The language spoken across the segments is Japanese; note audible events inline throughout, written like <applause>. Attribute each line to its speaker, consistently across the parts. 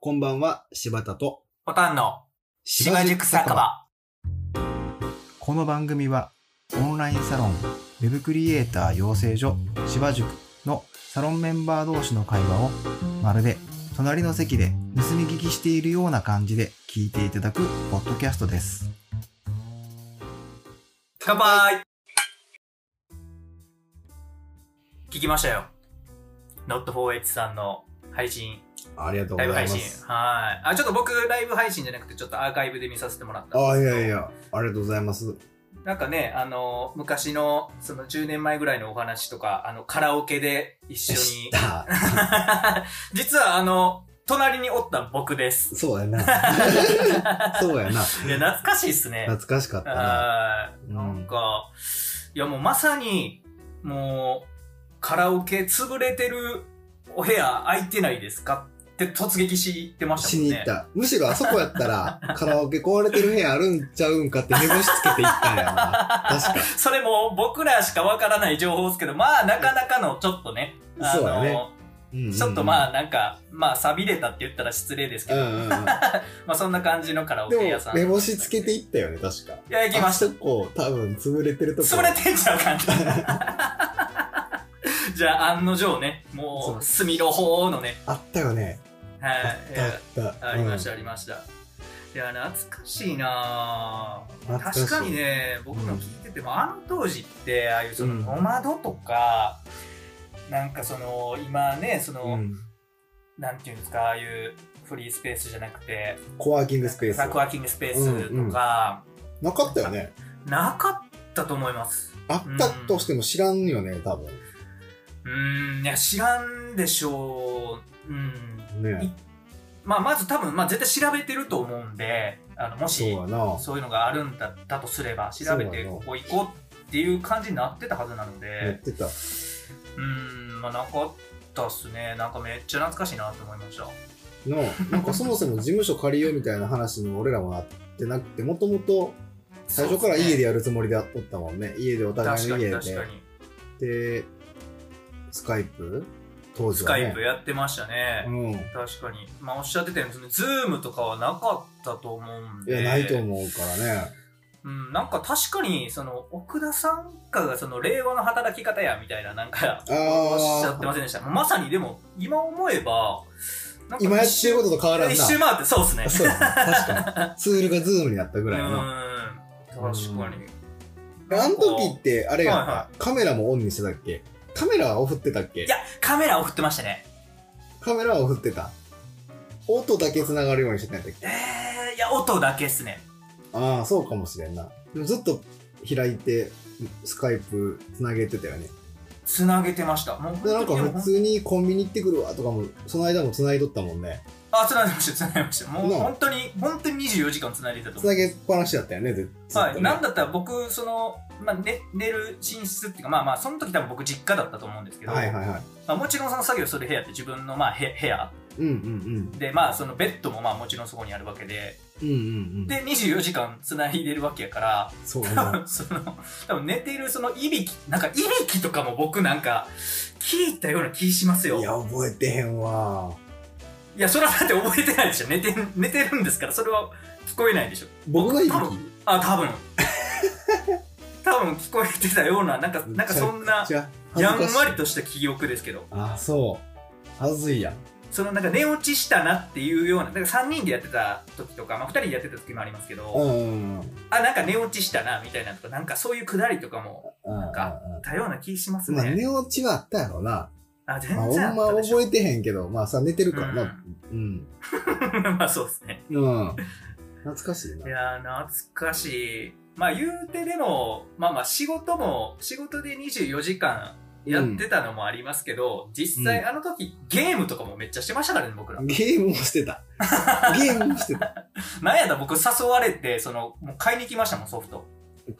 Speaker 1: こんばんは、柴田と、
Speaker 2: おたんの芝塾酒場。
Speaker 1: この番組は、オンラインサロン、ウェブクリエイター養成所、芝塾のサロンメンバー同士の会話を、まるで隣の席で盗み聞きしているような感じで聞いていただくポッドキャストです。
Speaker 2: 乾杯聞きましたよ。Not4H さんの配信、
Speaker 1: ありがとうご
Speaker 2: ライブ
Speaker 1: ざい
Speaker 2: 配
Speaker 1: ま
Speaker 2: 信。
Speaker 1: す。
Speaker 2: はい。あ、ちょっと僕、ライブ配信じゃなくて、ちょっとアーカイブで見させてもらったん
Speaker 1: あ
Speaker 2: で
Speaker 1: い
Speaker 2: すけど。
Speaker 1: やい。や、ありがとうございます。
Speaker 2: なんかね、あの、昔の、その10年前ぐらいのお話とか、あの、カラオケで一緒に。
Speaker 1: た。
Speaker 2: <laughs> 実は、あの、隣におった僕です。
Speaker 1: そうやな。
Speaker 2: <laughs> い
Speaker 1: <laughs> そうやな。
Speaker 2: や、懐かしいっすね。
Speaker 1: 懐かしかったな。
Speaker 2: はい。
Speaker 1: うん
Speaker 2: なんか、いやもうまさに、もう、カラオケ潰れてるお部屋空いてないですかって突撃してました
Speaker 1: し
Speaker 2: もん
Speaker 1: に
Speaker 2: ね。
Speaker 1: 行った。むしろあそこやった
Speaker 2: <laughs>
Speaker 1: ら、カラオケ壊れてる部屋あるんちゃうんかって目星つけて行ったんやな。確か。
Speaker 2: <laughs> それも僕らしかわからない情報ですけど、まあなかなかのちょっとね、あ
Speaker 1: そうだ
Speaker 2: の、
Speaker 1: ねうんうん
Speaker 2: ちょっとまあなんか、まあ錆びれたって言ったら失礼ですけ
Speaker 1: うん
Speaker 2: ど、
Speaker 1: うんうん、
Speaker 2: <laughs> まあそんな感じのカラオケ
Speaker 1: で
Speaker 2: 屋
Speaker 1: も
Speaker 2: さ、ん。
Speaker 1: 目星つけていったよね、確か。
Speaker 2: いや、行きました
Speaker 1: あ。そこ、多分潰れてるとこ。
Speaker 2: 潰れてんちゃうか
Speaker 1: <laughs>
Speaker 2: なじゃあ案の定ね、
Speaker 1: そ
Speaker 2: も
Speaker 1: う
Speaker 2: う、隅の方のね、
Speaker 1: あったよね。
Speaker 2: はい
Speaker 1: あっ
Speaker 2: い
Speaker 1: た
Speaker 2: や
Speaker 1: あった。。
Speaker 2: ありましたたありました、いや懐かしいな
Speaker 1: 懐
Speaker 2: ぁ
Speaker 1: かしい
Speaker 2: 確かにね僕も聞いてても、あの当時ってああいうその
Speaker 1: うん
Speaker 2: ノマドとか、なんかその今ねその、
Speaker 1: うん。
Speaker 2: なんていうんですかああいうフリースペースじゃなくて
Speaker 1: コワーキングスペース。
Speaker 2: サクワーキングスペースとか、
Speaker 1: なかったよね。
Speaker 2: なかったと思います
Speaker 1: あったとしても知らんよね、多分。
Speaker 2: うーんいや知らんでしょううん
Speaker 1: ね。
Speaker 2: まあまず多分、まあ、絶対調べてると思うんであのも
Speaker 1: そう
Speaker 2: し
Speaker 1: やな。
Speaker 2: そういうのがあるんだったとすれば、調べ
Speaker 1: そう
Speaker 2: て
Speaker 1: やな
Speaker 2: ここ行こうっていう感じになってたはずなの
Speaker 1: やって
Speaker 2: で、
Speaker 1: た。
Speaker 2: うーん、まあなかったっすね。なんかめっちゃ懐かしいなと思いました。
Speaker 1: の、なんかそもそも事務所借りようみたいな話に俺らはなってなくて、もともと最初から家でやるつもりでおったもんね。家でお
Speaker 2: そうで
Speaker 1: 互い
Speaker 2: す
Speaker 1: の
Speaker 2: ね
Speaker 1: 家
Speaker 2: 確かに確かに。
Speaker 1: で。で、スカイプ当時
Speaker 2: ス
Speaker 1: は
Speaker 2: カ
Speaker 1: ね。
Speaker 2: イプやってましたね。
Speaker 1: うん。い
Speaker 2: 確かに。まあおっしゃってたように、そのズームとかはなかったと思うん
Speaker 1: や、
Speaker 2: で。
Speaker 1: ないと思うからね。
Speaker 2: うん、なんか確かに、その、奥田さんかが、その、令和の働き方や、みたいな、なんか、
Speaker 1: あ
Speaker 2: おっしゃ
Speaker 1: あ
Speaker 2: ってませんでした。まさに、でも、今思えば、なんか
Speaker 1: 今やってることと変わらんな。
Speaker 2: 一
Speaker 1: そう
Speaker 2: 周回って、そうですね。
Speaker 1: だな確かに。ツールがズームになったぐらいやな。
Speaker 2: うーん確かに
Speaker 1: あの時って、あれやん
Speaker 2: はいは
Speaker 1: か、カメラもオンにしてたっけカメラはオフってたっけ
Speaker 2: いやカメラを振ってましたね
Speaker 1: カメラはオフってた。音だけ繋がるようにしてたんやったっけ
Speaker 2: えー、いや音だけっすね
Speaker 1: ああ、そうかもしれんな。でもずっと開いて、スカイプ繋げてたよね。
Speaker 2: つなげてましたもう
Speaker 1: で、なんか
Speaker 2: 本当にも
Speaker 1: 普
Speaker 2: う
Speaker 1: 通にコンビニ行ってくるわとかも、その間も繋いどったもんね。
Speaker 2: あつなげましたつなげましたもう
Speaker 1: なあ
Speaker 2: 本当に本当に24時間つないでたと思
Speaker 1: 繋
Speaker 2: う
Speaker 1: げっぱなしだったよね、ずずっ
Speaker 2: は
Speaker 1: と
Speaker 2: い、
Speaker 1: ね。
Speaker 2: なんだったら僕その、まあ、寝寝る寝室っていうかまあまあその時多分僕実家だったと思うんですけど、
Speaker 1: はいはいはい。
Speaker 2: まあ、もちろんその作業する部屋って自分のまあへ部屋
Speaker 1: うんうん
Speaker 2: でまあそのベッドもまあもちろんそこにあるわけで
Speaker 1: うん。うんうんうん。
Speaker 2: で24時間つないでるわけやから
Speaker 1: そう
Speaker 2: 多
Speaker 1: な。
Speaker 2: 分その多分寝ているそのいびきなんかいびきとかも僕なんか聞いたような気しますよ
Speaker 1: い
Speaker 2: <laughs> い
Speaker 1: や、
Speaker 2: や
Speaker 1: 覚えてへんわ。
Speaker 2: それはだって覚えてないでしょ寝て寝てるんですからそれは聞こえないでしょ
Speaker 1: 僕がいび
Speaker 2: 多分あ多
Speaker 1: <laughs>
Speaker 2: 分多分聞こえてたようななんか
Speaker 1: き。
Speaker 2: なんかそんな
Speaker 1: めちゃくちゃ
Speaker 2: やん
Speaker 1: 恥ずかしい
Speaker 2: わりとした記憶ですけど
Speaker 1: あ、そう。はずいやん。
Speaker 2: そのなんか寝落ちしたなっていうようななんか3人でやってた時とか、まあ、2人でやってた時もありますけど、
Speaker 1: うんうんうん。
Speaker 2: あなんか寝落ちしたなみたいなとかなんかそういうくだりとかも
Speaker 1: なん
Speaker 2: か多様な気します
Speaker 1: まあ、
Speaker 2: ね、
Speaker 1: 寝落ちはあったやろな。
Speaker 2: あ全
Speaker 1: まあ、ほん
Speaker 2: 然あ
Speaker 1: ま
Speaker 2: ったでしょ
Speaker 1: 覚えてへんけど、まあさ、寝てるからな。うん。
Speaker 2: うん、 <laughs> まあそうですね。
Speaker 1: うん。懐かしい
Speaker 2: い
Speaker 1: な。
Speaker 2: やー、懐かしい。まあ言うてでも、まあまあ仕事も、仕事で24時間やってたのもありますけど、実
Speaker 1: う
Speaker 2: 際
Speaker 1: ん
Speaker 2: あの時ゲームとかもめっちゃしてましたからね、僕ら。
Speaker 1: ゲームもして
Speaker 2: <laughs>
Speaker 1: た。ゲームもしてた。
Speaker 2: なんやったら僕誘われて、その、もう買いに来ましたもん、ソフト。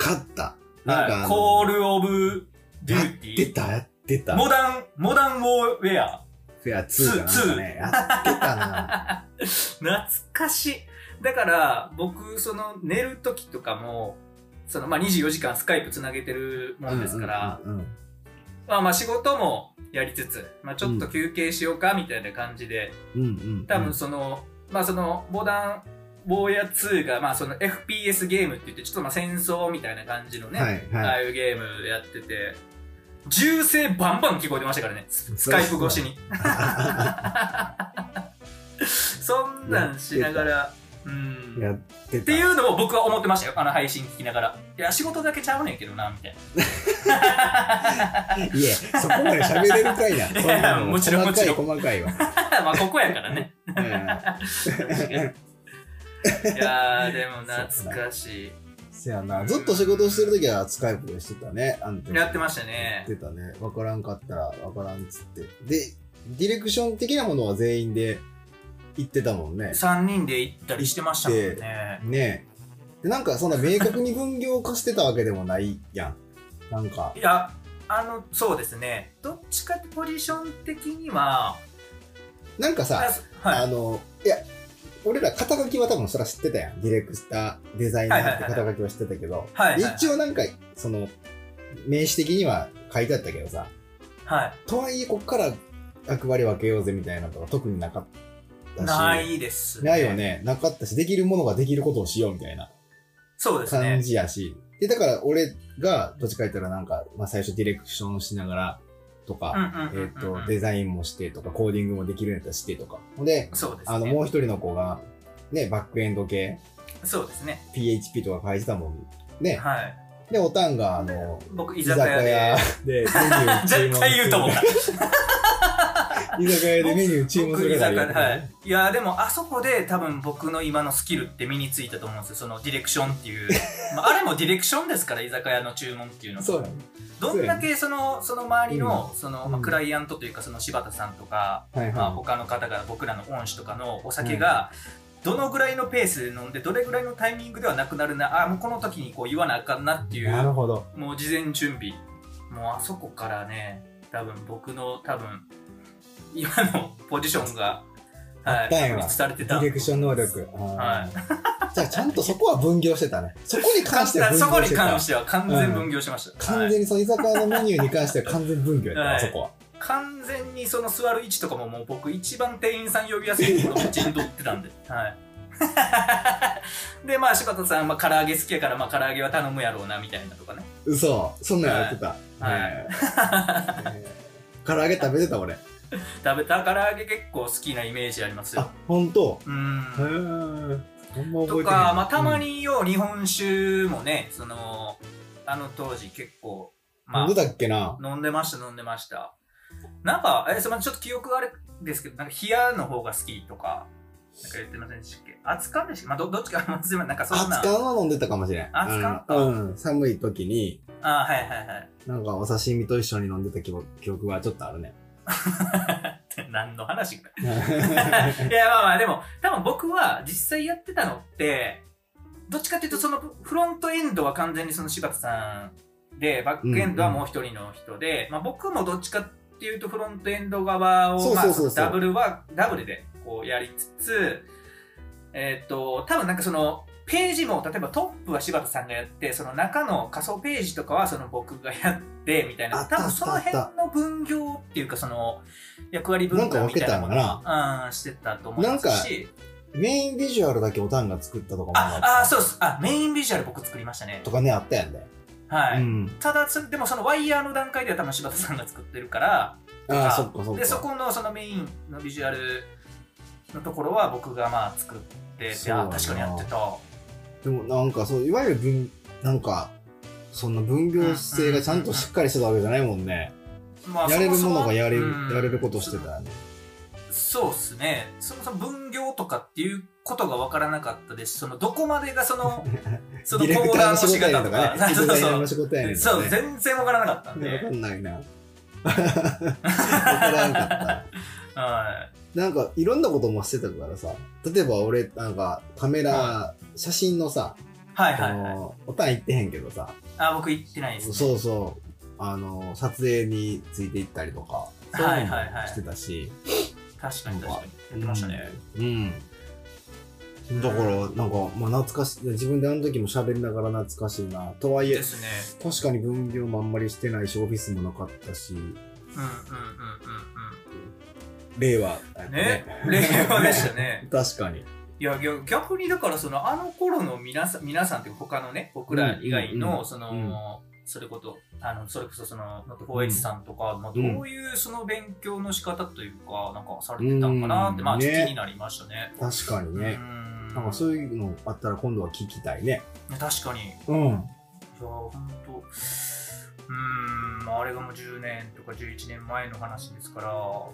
Speaker 1: 勝った。なんかあ
Speaker 2: はい。
Speaker 1: の、
Speaker 2: コールオブデューテ
Speaker 1: 出
Speaker 2: ィ
Speaker 1: た、やって
Speaker 2: ー。
Speaker 1: た。
Speaker 2: モダン、モダンウォーウェア。
Speaker 1: フェア2かなんかね。やってた
Speaker 2: <laughs>
Speaker 1: な。
Speaker 2: 懐かしい。だから、僕、その、寝る時とかも、その、まあ24時間スカイプつなげてるもんですから、
Speaker 1: うんうんうんうん
Speaker 2: まあまあ仕事もやりつつ、まあちょっと休憩しようかみたいな感じで、
Speaker 1: うんうんうん。
Speaker 2: 多分その、まあその、モダン、坊や2が、まあその FPS ゲームって言って、ちょっとまあ戦争みたいな感じのね、
Speaker 1: はい
Speaker 2: あ
Speaker 1: はい。
Speaker 2: あいうゲームやってて、銃声バンバン聞こえてましたからね、ススカイプ越しに。 <laughs> そんなんしながら、うん。
Speaker 1: やって
Speaker 2: ってい
Speaker 1: た。
Speaker 2: うのを僕は思ってましたよ、あの配信聞きながら。いや、仕事だけちゃうねんけどな、みた
Speaker 1: <laughs>
Speaker 2: い
Speaker 1: いえ、そこまで喋れるか
Speaker 2: <laughs>
Speaker 1: いな。そんなの
Speaker 2: もちろん
Speaker 1: 細かい
Speaker 2: もち
Speaker 1: 細かい
Speaker 2: <laughs>
Speaker 1: わ。
Speaker 2: な。まあ、ここやからね。
Speaker 1: うん
Speaker 2: い
Speaker 1: <laughs>
Speaker 2: やー、でも懐かしい。
Speaker 1: せやな。ずっと仕事してる時はスカイプでしてたね。あの時
Speaker 2: やってました
Speaker 1: や
Speaker 2: ね
Speaker 1: っ。てたね。わからんかったらわからんっつって。で、ディレクション的なものは全員で行ってたもんね。
Speaker 2: 3人で行ったりしてましたもんね。
Speaker 1: ねえ。でなんかそんな明確に分業化してたわけでもないやん。なんか、
Speaker 2: いや、あの、そうですね。どっちかってポジション的には、
Speaker 1: なんかさ、
Speaker 2: あはい
Speaker 1: あの、いや、俺ら肩書きは多分そら知ってたやん。ディレクター、デザイナーって肩書きは知ってたけど、
Speaker 2: はいはいはいはい
Speaker 1: 一応なんか、その、名詞的には書いてあったけどさ、
Speaker 2: はい。
Speaker 1: とはいえこっから役割分けようぜみたいなのが特になかったし。
Speaker 2: ないです、
Speaker 1: ないよ。ね。なかったし、できるものができることをしようみたいな
Speaker 2: そうです
Speaker 1: 感
Speaker 2: ね。
Speaker 1: じやし。で、だから俺が、どっちか言ったらなんか、まあ最初ディレクションしながらと
Speaker 2: うん
Speaker 1: か、えっ
Speaker 2: うんうんうんうん
Speaker 1: と、デザインもしてとか、コーディングもできるんやったらしてとか。ほんで、
Speaker 2: そうですね。
Speaker 1: あの、もう一人の子が、ね、バックエンド系、
Speaker 2: そうですね。
Speaker 1: PHP とか書いてたもん。ね。
Speaker 2: はい。
Speaker 1: で、おたんが、あの、
Speaker 2: 僕、居酒屋で。
Speaker 1: 居
Speaker 2: <laughs>
Speaker 1: 酒屋でメニュー注文する
Speaker 2: 絶対言うと思った。
Speaker 1: 居酒屋でメニュー注文す
Speaker 2: 僕、
Speaker 1: る
Speaker 2: 居
Speaker 1: か
Speaker 2: 酒
Speaker 1: ら
Speaker 2: 屋
Speaker 1: ね
Speaker 2: で。はい。いや、でも、あそこで多分僕の今のスキルって身についたと思うんですよ。そのディレクションっ
Speaker 1: <laughs>
Speaker 2: ていう。まあ、あれもディレクションですから、居酒屋の注文っていうのは。
Speaker 1: そうやね。
Speaker 2: どんだけその、その周りの、その、ま
Speaker 1: う
Speaker 2: あ、
Speaker 1: ん
Speaker 2: クライアントというか、その柴田さんとか、
Speaker 1: はい
Speaker 2: まあ、
Speaker 1: は
Speaker 2: 他の方が僕らの恩師とかのお酒が、どのぐらいのペースで飲んで、どれぐらいのタイミングではなくなるな、あ、もうこの時にこう言わなあかんなって
Speaker 1: い。
Speaker 2: い
Speaker 1: な
Speaker 2: う、
Speaker 1: るほど。
Speaker 2: もう事前準備。もうあそこからね、多分僕の多分、今のポジションが、
Speaker 1: <laughs> あったんやわ
Speaker 2: 確立されて
Speaker 1: デ
Speaker 2: た。
Speaker 1: ィレクション能力。。
Speaker 2: はい
Speaker 1: じゃあ、ちゃんとそこは分業してたね。そこに関しては分
Speaker 2: そこ
Speaker 1: 業
Speaker 2: に
Speaker 1: してた
Speaker 2: 関し。ては完全分業しました。
Speaker 1: 完
Speaker 2: はい
Speaker 1: 全にその居酒屋のメニューに関しては完全分業やったわ、
Speaker 2: はい
Speaker 1: そこは。
Speaker 2: 完全にその座る位置とかももう僕一番店員さん呼びやすいところを陣取ってたんで。はい。 <laughs> で、まあ柴田さん、まあ唐揚げ好きやから、まあ唐揚げは頼むやろうな、みたいなとかね。
Speaker 1: 嘘。そんなんやってた。
Speaker 2: はい
Speaker 1: ねえねえ唐揚げ食べてた俺。
Speaker 2: 食べた唐揚げ結構好きなイメージありますよ
Speaker 1: あ。、ほんと。
Speaker 2: う
Speaker 1: へえ。
Speaker 2: ん。
Speaker 1: ほんま覚えてへん
Speaker 2: とか、まあたま。によう日本酒もね、その、あの当時結構、
Speaker 1: うん
Speaker 2: ま
Speaker 1: どうだっけな。
Speaker 2: あ、飲んでました、飲んでました。なんか、え、すみません、ちょっと記憶あれですけど、なんか冷やの方が好きとか、なんか言ってませんでしたっけ熱燗でしたっけまあど、どっちか、 <laughs> まあすいません、なんかそんな。
Speaker 1: 熱燗は飲んでたかもしれん。
Speaker 2: 熱燗か
Speaker 1: うん。うん寒い時に、
Speaker 2: ああ、はいはい <laughs> はい。
Speaker 1: なんかお刺身と一緒に飲んでた記憶記憶はちょっとある
Speaker 2: <laughs>
Speaker 1: ね。
Speaker 2: 何の話か。 <laughs> いや、まあまあ、でも、多分僕は実際やってたのって、どっちかっていうと、そのフロントエンドは完全にその柴田さんで、バックエンドはもう一人の人で、まあ僕もどっちかっていうとフロントエンド側
Speaker 1: そ
Speaker 2: を、
Speaker 1: う
Speaker 2: ま
Speaker 1: そう
Speaker 2: あ
Speaker 1: そうそう
Speaker 2: ダブルは、ダブルでこうやりつつ、えっ、と、多分なんかその、ページも、例えばトップは柴田さんがやって、その中の仮想ページとかはその僕がやって、みたい
Speaker 1: あ
Speaker 2: な。
Speaker 1: った
Speaker 2: 多分その
Speaker 1: あったあ
Speaker 2: 辺
Speaker 1: っ
Speaker 2: の分業っていうか、その、役割
Speaker 1: な
Speaker 2: 分
Speaker 1: んか
Speaker 2: 担
Speaker 1: 分
Speaker 2: みた
Speaker 1: け
Speaker 2: い
Speaker 1: た
Speaker 2: な
Speaker 1: ん
Speaker 2: も
Speaker 1: か
Speaker 2: の
Speaker 1: な。
Speaker 2: うん、してたと思いますし。
Speaker 1: メインビジュアルだけおたんが作ったとかもなんか
Speaker 2: あ、あ、そうです。あ、メインビジュアル僕作りましたね。
Speaker 1: とかね、あったやんね。
Speaker 2: はい。
Speaker 1: うん。
Speaker 2: ただ、それでもそのワイヤーの段階では多分柴田さんが作ってるから、
Speaker 1: ああ、
Speaker 2: あ
Speaker 1: そっかそっか。
Speaker 2: で、そこのそのメインのビジュアルのところは僕がまあ作ってて、
Speaker 1: そうや
Speaker 2: あ、
Speaker 1: な
Speaker 2: 確かにやってた。
Speaker 1: でもなんかそう、いわゆる分、なんか、そんな分業制がちゃんとしっかりしてたわけじゃないもんね。
Speaker 2: まあ、
Speaker 1: やれる
Speaker 2: そ
Speaker 1: も
Speaker 2: そ
Speaker 1: のがやれる
Speaker 2: う、ん
Speaker 1: やれることしてたよね。
Speaker 2: そうっすね。そもそも分業とかっていうことが分からなかったですし、そのどこまでがそ
Speaker 1: <laughs>
Speaker 2: の、その
Speaker 1: ディレクターの仕
Speaker 2: コー
Speaker 1: 事
Speaker 2: ダ
Speaker 1: やね
Speaker 2: ー
Speaker 1: んとかね。
Speaker 2: の仕方とか、
Speaker 1: デ
Speaker 2: <laughs> そう
Speaker 1: ザイナー
Speaker 2: そ
Speaker 1: の
Speaker 2: う
Speaker 1: 仕事やねんと
Speaker 2: そ
Speaker 1: か
Speaker 2: う、
Speaker 1: ね。
Speaker 2: 全然分からなかったん
Speaker 1: わか
Speaker 2: で。
Speaker 1: んないな。わからんかった。
Speaker 2: は
Speaker 1: なんか、いろんなこともしてたからさ。例えば俺、なんか、カメラ、写真のさ、
Speaker 2: い。はい
Speaker 1: あ
Speaker 2: はいはい。
Speaker 1: の、おたん行ってへんけどさ、
Speaker 2: あ、僕行ってないです、ね。
Speaker 1: そうそう。あの、撮影について行ったりとか、そういうのもしてたし。
Speaker 2: 確かに確かに。やってましたね。
Speaker 1: うん。だから、なんか、まあ、懐かしい、自分であの時も喋りながら懐かしいな。とはいえ
Speaker 2: で、すね。
Speaker 1: 確かに分業もあんまりしてないし、オフィスもなかったし、
Speaker 2: うんうんうんうんうん。
Speaker 1: 令和だよ
Speaker 2: <laughs> ね。令和でしたね。
Speaker 1: 確かに。
Speaker 2: いや、逆逆にだから、その、あの頃の皆さん、皆さんっていうか他のね、僕ら以外
Speaker 1: うんうんう
Speaker 2: の、
Speaker 1: ん
Speaker 2: その、それこそ、あの、それこそ、その、ノット4 h さんとか、まあ、ど
Speaker 1: うん
Speaker 2: ういうその勉強の仕方というか、なんかされてたんかなって、
Speaker 1: うん
Speaker 2: まあ、ちょっと
Speaker 1: ね
Speaker 2: 気になりましたね。
Speaker 1: 確かに
Speaker 2: う
Speaker 1: ね。
Speaker 2: ん。
Speaker 1: なんかそういうのあったら今度は聞きたいね。
Speaker 2: ね確かに。
Speaker 1: うん。
Speaker 2: いやー、ほんと。うーん、あれがもう10年とか11年前の話ですから、
Speaker 1: お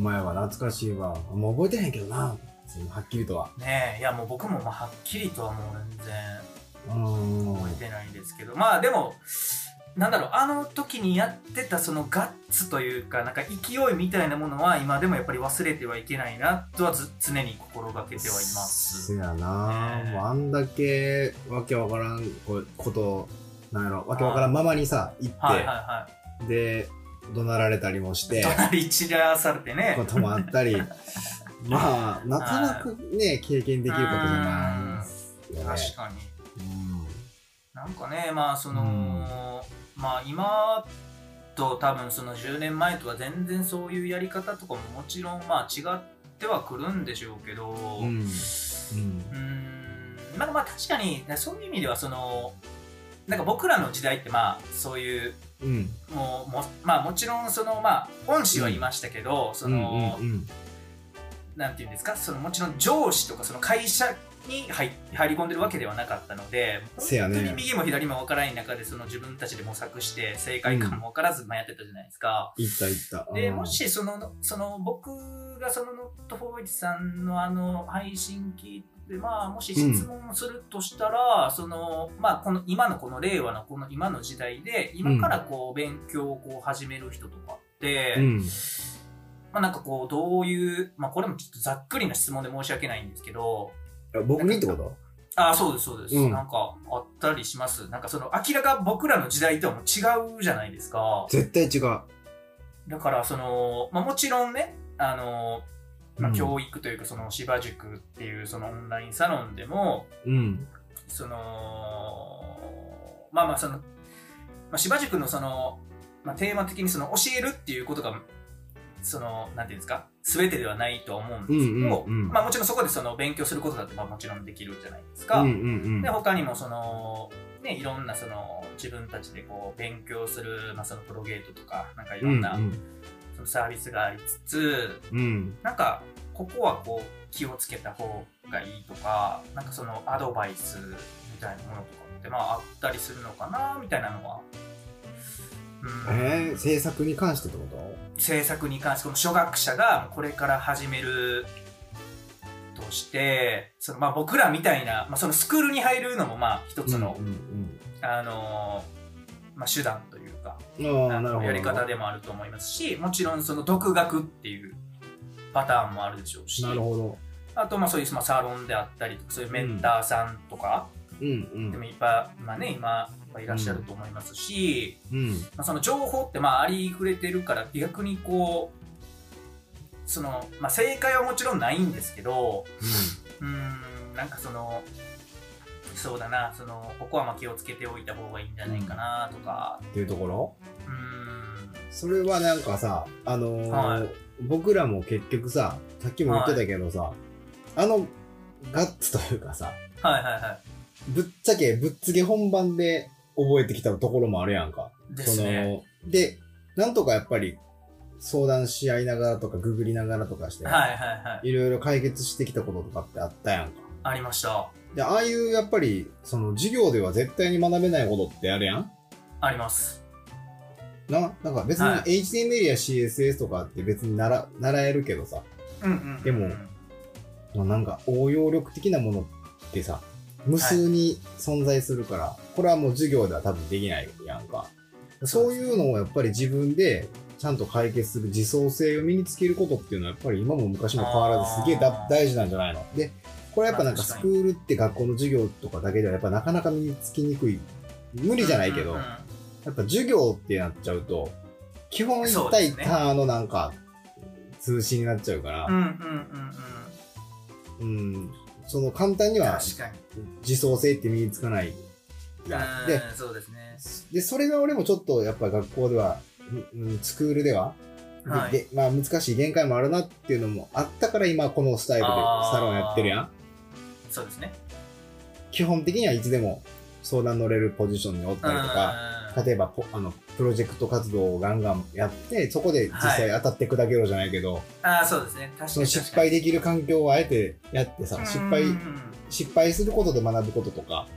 Speaker 1: 前は懐かしいわ。もう覚えてへんけどな。そのはっきりとは。
Speaker 2: ねえ、いやもう僕もまあはっきりとはもう全然
Speaker 1: うん。
Speaker 2: 覚えてないんですけど、まあでも、なんだろう、あの時にやってたそのガッツというか、なんか勢いみたいなものは今でもやっぱり忘れてはいけないなとはず常に心がけてはいます。
Speaker 1: せやな、
Speaker 2: ねえ
Speaker 1: もうあんだけわけわからんこことなんやろわけわからんままにさ行って、
Speaker 2: はいはいは
Speaker 1: で怒鳴られたりもし
Speaker 2: い。 <laughs>
Speaker 1: て
Speaker 2: 隣散らされてね。
Speaker 1: こともあった
Speaker 2: <laughs>
Speaker 1: りまあなかなかね経験できることじゃないですよね。
Speaker 2: 確かに。
Speaker 1: うん
Speaker 2: なんかね、まあその、まあ今と多分その10年前とは全然そういうやり方とかももちろんまあ違ってはくるんでしょうけ
Speaker 1: う
Speaker 2: ど、うんーんまあまあ確かにそういう意味ではその、なんか僕らの時代ってまあそういう、
Speaker 1: うんうん
Speaker 2: もうもまあもちろんそのまあ恩師はいましたけど、その、
Speaker 1: うんうん
Speaker 2: なんていうんですかそのもちろん上司とかその会社に入入り込んでるわけではなかったので
Speaker 1: せや
Speaker 2: 本
Speaker 1: ね
Speaker 2: 当に右も左も分からない中でその自分たちで模索して正解感も分からずまあやってたじゃないですか。
Speaker 1: 行った行った。
Speaker 2: で
Speaker 1: うん
Speaker 2: もしそのその僕がそのノットフォーイチさんのあの配信聞いて、まあ、もし質問をするとしたら、そのまあ、この今のこの令和のこの今の時代で今からこう勉強をこう始める人とかって、
Speaker 1: うん
Speaker 2: まあ、なんかこう、どういう、まあ、これもちょっとざっくりな質問で申し訳ないんですけど、
Speaker 1: 僕にってこと
Speaker 2: ああ、そうです、そうです、
Speaker 1: うん
Speaker 2: なんか、あったりします。なんかその、明らか僕らの時代とはもう違うじゃないですか。
Speaker 1: 絶対違う。
Speaker 2: だから、その、まあ、もちろんね、あの、まあ、
Speaker 1: うん
Speaker 2: 教育というか、その、芝塾っていう、そのオンラインサロンでも、
Speaker 1: うん
Speaker 2: その、まあまあ、その、まあ、芝塾のその、まあ、テーマ的にその、教えるっていうことが、その、なんていうんですか、全てではないとは思うんで
Speaker 1: う
Speaker 2: すけ
Speaker 1: ん
Speaker 2: ど、
Speaker 1: うんうん。
Speaker 2: まあ、もちろんそこでその勉強することだってまあもちろんできるじゃないですか。
Speaker 1: うんうん
Speaker 2: で他にもその、ね、いろんなその自分たちでこう勉強する、まあ、そのプロゲートとかなんかい
Speaker 1: うん。
Speaker 2: ろんな
Speaker 1: うん
Speaker 2: そのサービスがありつつ、
Speaker 1: うんうん。
Speaker 2: なんかここはこう気をつけた方がいいとかなんかそのアドバイスみたいなものとかってまああったりするのかなみたいなのは。うん
Speaker 1: えー、制作に関してってこと
Speaker 2: 政策に関してこの初学者がこれから始めるとしてそのまあ僕らみたいな、まあ、そのスクールに入るのもまあ一つの、
Speaker 1: うんうん
Speaker 2: あのーまあ、手段というか
Speaker 1: うん、あ
Speaker 2: あ
Speaker 1: あなるほ
Speaker 2: の
Speaker 1: ど
Speaker 2: やり方でもあると思いますしもちろんその独学っていうパターンもあるでしょうし
Speaker 1: なるほど
Speaker 2: あとまあそういうまあサロンであったりとかそういうメンターさんとか、
Speaker 1: うん
Speaker 2: でもいっぱい、まあね、今いっぱいいらっしゃると思いますし。
Speaker 1: うんうん
Speaker 2: まあ、その情報ってまあありふれてるから逆にこうその、まあ、正解はもちろんないんですけどうーんなんかそのそうだなそのここはまあ気をつけておいた方がいいんじゃないかなとか
Speaker 1: っていうところ
Speaker 2: うーん
Speaker 1: それはなんかさあのー
Speaker 2: はい
Speaker 1: 僕らも結局ささっきも言ってたけどさ、あのガッツというかさ
Speaker 2: はいはいは
Speaker 1: ぶっちゃけぶっつけ本番で覚えてきたところもあるやんか。
Speaker 2: いですね
Speaker 1: そのでなんとかやっぱり相談し合いながらとかググりながらとかして、
Speaker 2: はいはいはい
Speaker 1: いろいろ解決してきたこととかってあったやんか。
Speaker 2: ありました
Speaker 1: で、ああいうやっぱり、その授業では絶対に学べないことってあるやん
Speaker 2: あります
Speaker 1: な、なんか別に
Speaker 2: はい
Speaker 1: HTML や CSS とかって別になら習えるけどさ、
Speaker 2: うんうんうんうん
Speaker 1: でもなんか応用力的なものってさ、無数に存在するから、これはもう授業では多分できないやんか。そういうのをやっぱり自分でちゃんと解決する自走性を身につけることっていうのはやっぱり今も昔も変わらずすげえだ
Speaker 2: あー
Speaker 1: 大事なんじゃないので、これはやっぱなんか
Speaker 2: まあ
Speaker 1: ス
Speaker 2: 確
Speaker 1: ク
Speaker 2: か
Speaker 1: ールって学校の授業とかだけではやっぱなかなか身につきにくい。無理じゃないけど、
Speaker 2: うんうん
Speaker 1: やっぱ授業ってなっちゃうと、基本
Speaker 2: そう
Speaker 1: 1
Speaker 2: で
Speaker 1: 対
Speaker 2: すね
Speaker 1: 他のなんか通信になっちゃうから、
Speaker 2: うんうんうん
Speaker 1: うん、その簡単に
Speaker 2: うん
Speaker 1: は
Speaker 2: 確かに
Speaker 1: 自走性って身につかないやんで
Speaker 2: うんそうですね
Speaker 1: でそれが俺もちょっとやっぱ学校では、うんうんスクールでは
Speaker 2: はい
Speaker 1: でまあ、難しい限界もあるなっていうのもあったから今このスタイルで
Speaker 2: あー
Speaker 1: サロンやってるやん
Speaker 2: そうですね。
Speaker 1: 基本的にはいつでも相談乗れるポジションにおったりとか
Speaker 2: うん
Speaker 1: 例えばポあのプロジェクト活動をガンガンやってそこで実際当たって砕けろじゃないけど、
Speaker 2: ああ、そうですね。確かに。
Speaker 1: その失敗できる環境をあえてやってさ
Speaker 2: 確
Speaker 1: 失
Speaker 2: か
Speaker 1: 敗
Speaker 2: にうん
Speaker 1: 失敗することで学ぶこととか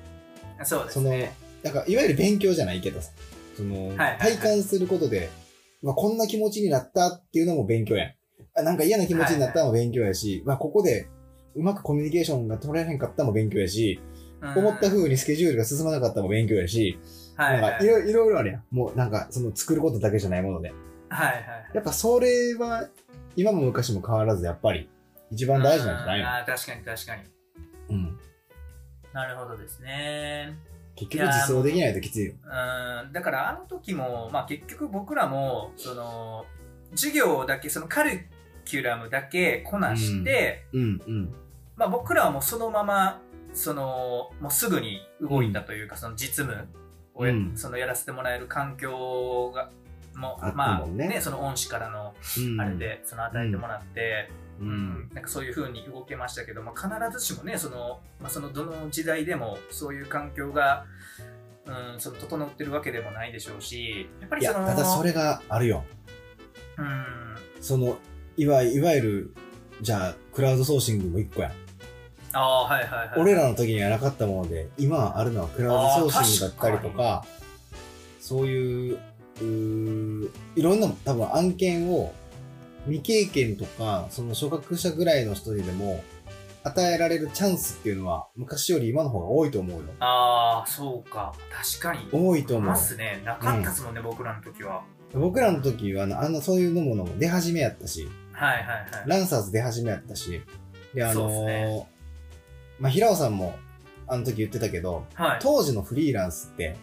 Speaker 2: そうです
Speaker 1: その
Speaker 2: ね。
Speaker 1: なんかいわゆる勉強じゃないけどさその、
Speaker 2: いはいはい
Speaker 1: 体感することで、まあ、こんな気持ちになったっていうのも勉強やんあなんか嫌な気持ちになったのも勉強やし、まあ、ここでうまくコミュニケーションが取れへんかったのも勉強やし、
Speaker 2: うん
Speaker 1: 思った風にスケジュールが進まなかったのも勉強やし、
Speaker 2: はいはい
Speaker 1: なんかいろいろいろあるやんもうなんかその作ることだけじゃないもので
Speaker 2: はいはい。
Speaker 1: やっぱそれは今も昔も変わらずやっぱり一番大事なんじゃないの
Speaker 2: ああー、確かに確かに。
Speaker 1: うん。
Speaker 2: なるほどですね。
Speaker 1: 結局実装できないときついよ。
Speaker 2: うん、だからあの時も、まあ、結局僕らも、その、授業だけ、そのカリキュラムだけこなして、
Speaker 1: うんうん。
Speaker 2: まあ僕らはもうそのまま、その、もうすぐに動いたというか、その実務をや、
Speaker 1: うん
Speaker 2: そのやらせてもらえる環境が、も
Speaker 1: あった
Speaker 2: まあ
Speaker 1: もんね
Speaker 2: ね、その恩師からのあれ。で、その与えてもらって、
Speaker 1: う
Speaker 2: うん
Speaker 1: ん。
Speaker 2: なんかそういう風に動けましたけど、まあ、必ずしもねその,、まあ、そのどの時代でもそういう環境が、うん、その整ってるわけでもないでしょうしやっぱ
Speaker 1: い
Speaker 2: り
Speaker 1: や、
Speaker 2: その
Speaker 1: ただそれがあるよ。
Speaker 2: うん、
Speaker 1: その、いわいわゆる、じゃあ、クラウドソーシングも一個やん。
Speaker 2: ああはいはいはい
Speaker 1: 俺らの時にはなかったもので、今あるのはクラウドソーシングだったりとか、そういう、うーいろんな多分案件を未経験とか、その初学者ぐらいの人にでも与えられるチャンスっていうのは昔より今の方が多いと思うよ。
Speaker 2: ああそうか確かに
Speaker 1: 多いと
Speaker 2: い
Speaker 1: 思う
Speaker 2: ま。すねなかったですもんね、僕らの時は
Speaker 1: 僕らの時はなあんなそういうのものも出始めやったし、
Speaker 2: はいはいはい
Speaker 1: ランサーズ出始めやったし、で、あ
Speaker 2: そ
Speaker 1: の
Speaker 2: うっすね
Speaker 1: まあ、平尾さんもあの時言ってたけど、
Speaker 2: はい
Speaker 1: 当時のフリーランスって、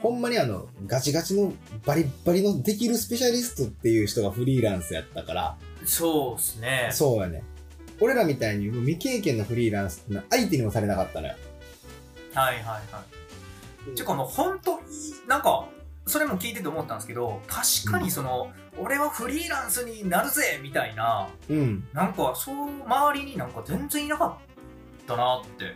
Speaker 1: ほんまにあの、ガチガチのバリッバリのできるスペシャリストっていう人がフリーランスやったから、
Speaker 2: そうですね
Speaker 1: そうやね。俺らみたいに未経験のフリーランスってのは相手にもされなかったのよ。
Speaker 2: はいはいはい。てかもう本当いいなんかそれも聞いてて思ったんですけど確かにその、俺はフリーランスになるぜみたいな
Speaker 1: うん。
Speaker 2: なんかそう周りになんか全然いなかったなって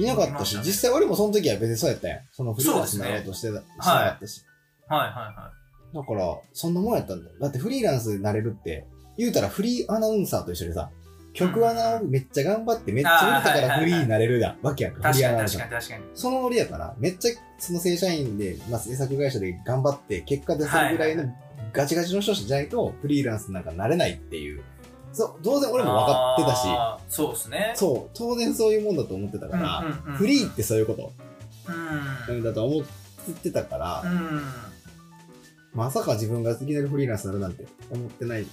Speaker 1: いなかったし、
Speaker 2: いましたね
Speaker 1: 実際俺もその時は別にそうやったやん。そのフリーランスになろうとしてた、してなかったし。
Speaker 2: はいはいは
Speaker 1: だから、そんなもんやったんだよ。だってフリーランスになれるって、言うたらフリーアナウンサーと一緒でさ、曲アナをめっちゃ頑張ってめっちゃ売れたからフリーになれるだ、わけやん
Speaker 2: い
Speaker 1: か、フ
Speaker 2: 確
Speaker 1: リー
Speaker 2: か
Speaker 1: ア
Speaker 2: に
Speaker 1: ナウン
Speaker 2: 確
Speaker 1: サ
Speaker 2: か
Speaker 1: ー。
Speaker 2: に確かに
Speaker 1: その俺やから、めっちゃその正社員で、まあ、制作会社で頑張って結果出せるぐらいのガチガチの人じゃないと、フリーランスなんかなれないっていう。そう、当然俺も分かってたし、
Speaker 2: あーそうですね
Speaker 1: そう、当然そういうもんだと思ってたから、フリーってそういうこと
Speaker 2: うん
Speaker 1: だと思ってたから、
Speaker 2: うん、うん
Speaker 1: まさか自分がいきなりフリーランスになるなんて思ってない。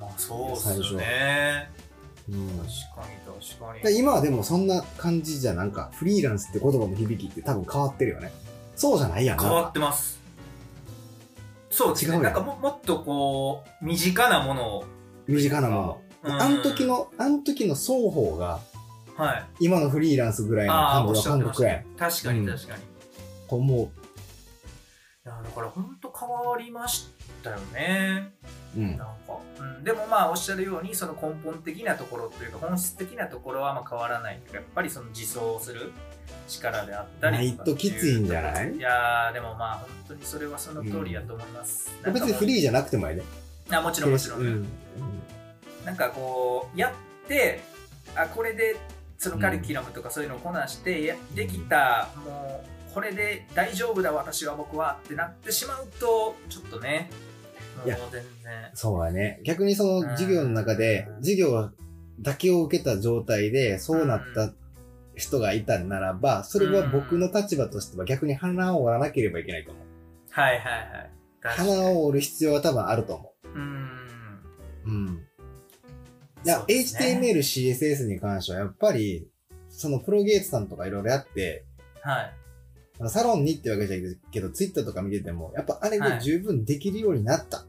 Speaker 2: まあそうっすね
Speaker 1: うん
Speaker 2: 確かに確かに
Speaker 1: で今はでもそんな感じじゃなんかフリーランスって言葉の響きって多分変わってるよねそうじゃないやん
Speaker 2: 変わ
Speaker 1: な
Speaker 2: ってますそうです
Speaker 1: 違
Speaker 2: ね
Speaker 1: うや
Speaker 2: なんんかももっとこう身近なものを
Speaker 1: 身近なも
Speaker 2: うん
Speaker 1: のあん時のあん時の双方が
Speaker 2: はい
Speaker 1: 今のフリーランスぐらいの
Speaker 2: ああーお
Speaker 1: 感
Speaker 2: っ
Speaker 1: じ
Speaker 2: しゃ
Speaker 1: の
Speaker 2: って
Speaker 1: 感
Speaker 2: ました
Speaker 1: 覚やんう
Speaker 2: ね確か
Speaker 1: ん
Speaker 2: に確かに、い
Speaker 1: と思
Speaker 2: やだから本当変わりましたよね
Speaker 1: ううん
Speaker 2: なんか、うん、でもまあおっしゃるようにその根本的なところというか本質的なところはまあ変わらないというかやっぱりその自走する力であったりか
Speaker 1: ないときついんじゃない
Speaker 2: いやーでもまあ本当にそれはその通りやと思います、なんか
Speaker 1: 別
Speaker 2: もう
Speaker 1: にフリーじゃなくてもいいね
Speaker 2: あもちろんもちろん、
Speaker 1: うんうん
Speaker 2: なんかこうやってあこれでそのカリキュラムとかそういうのをこなしてやできたもうこれで大丈夫だ私は僕はってなってしまうとちょっとねもう
Speaker 1: いや
Speaker 2: 全然
Speaker 1: そうやね逆にその授業の中で
Speaker 2: うん
Speaker 1: 授業だけを受けた状態でそうなった人がいたならばそれは僕の立場としては逆に鼻を割らなければいけないと思う
Speaker 2: はいはいはい確かに
Speaker 1: 鼻を折る必要は多分あると思う
Speaker 2: うーん
Speaker 1: うん。いや
Speaker 2: そ、うですね
Speaker 1: HTML、CSS に関しては、やっぱり、そのプロゲーツさんとかいろいろやって、
Speaker 2: はい
Speaker 1: あのサロンにってわけじゃないけど、ツイッターとか見てても、やっぱあれで十分できるようになった、
Speaker 2: はい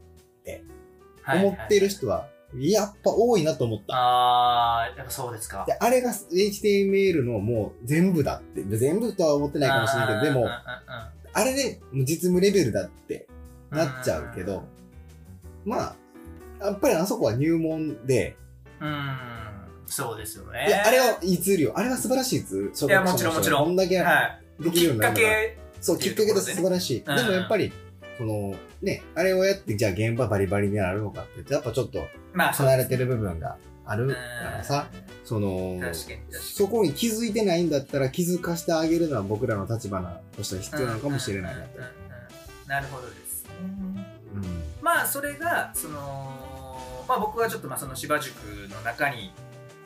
Speaker 1: 思っている人は、やっぱ多いなと思った。
Speaker 2: ああやっぱそうですか
Speaker 1: であれが HTML のもう全部だって、全部とは思ってないかもしれないけど、でも、
Speaker 2: あ
Speaker 1: あれで実務レベルだって
Speaker 2: ーうんうんうん
Speaker 1: なっちゃうけど、まあ、やっぱりあそこは入門で、
Speaker 2: うーん、そうですよね。
Speaker 1: いやあれはいいツールよ。あれは素晴らしいツール。
Speaker 2: いやもちろんもちろん
Speaker 1: こんだけ
Speaker 2: は
Speaker 1: できる
Speaker 2: い。き
Speaker 1: よう
Speaker 2: っ
Speaker 1: にな
Speaker 2: か
Speaker 1: るから。
Speaker 2: け、
Speaker 1: そう、
Speaker 2: って
Speaker 1: きっ
Speaker 2: いう
Speaker 1: か
Speaker 2: と
Speaker 1: け
Speaker 2: こ
Speaker 1: が素晴
Speaker 2: ろでね
Speaker 1: らしい。
Speaker 2: うん
Speaker 1: でもやっぱり、その、ね、あれをやって、じゃあ現場バリバリになるのかって言って、やっぱちょっと
Speaker 2: まあ、
Speaker 1: 離れてる部分がある
Speaker 2: う
Speaker 1: か
Speaker 2: ん
Speaker 1: らさ、その
Speaker 2: 確、かに確かに。
Speaker 1: そこに気づいてないんだったら気づかせてあげるのは僕らの立場としては必要なのかもしれないな
Speaker 2: うん
Speaker 1: と
Speaker 2: う。んうんなるほどですね。
Speaker 1: うん
Speaker 2: まあそれがその、まあ、僕はちょっとまあその芝塾の中に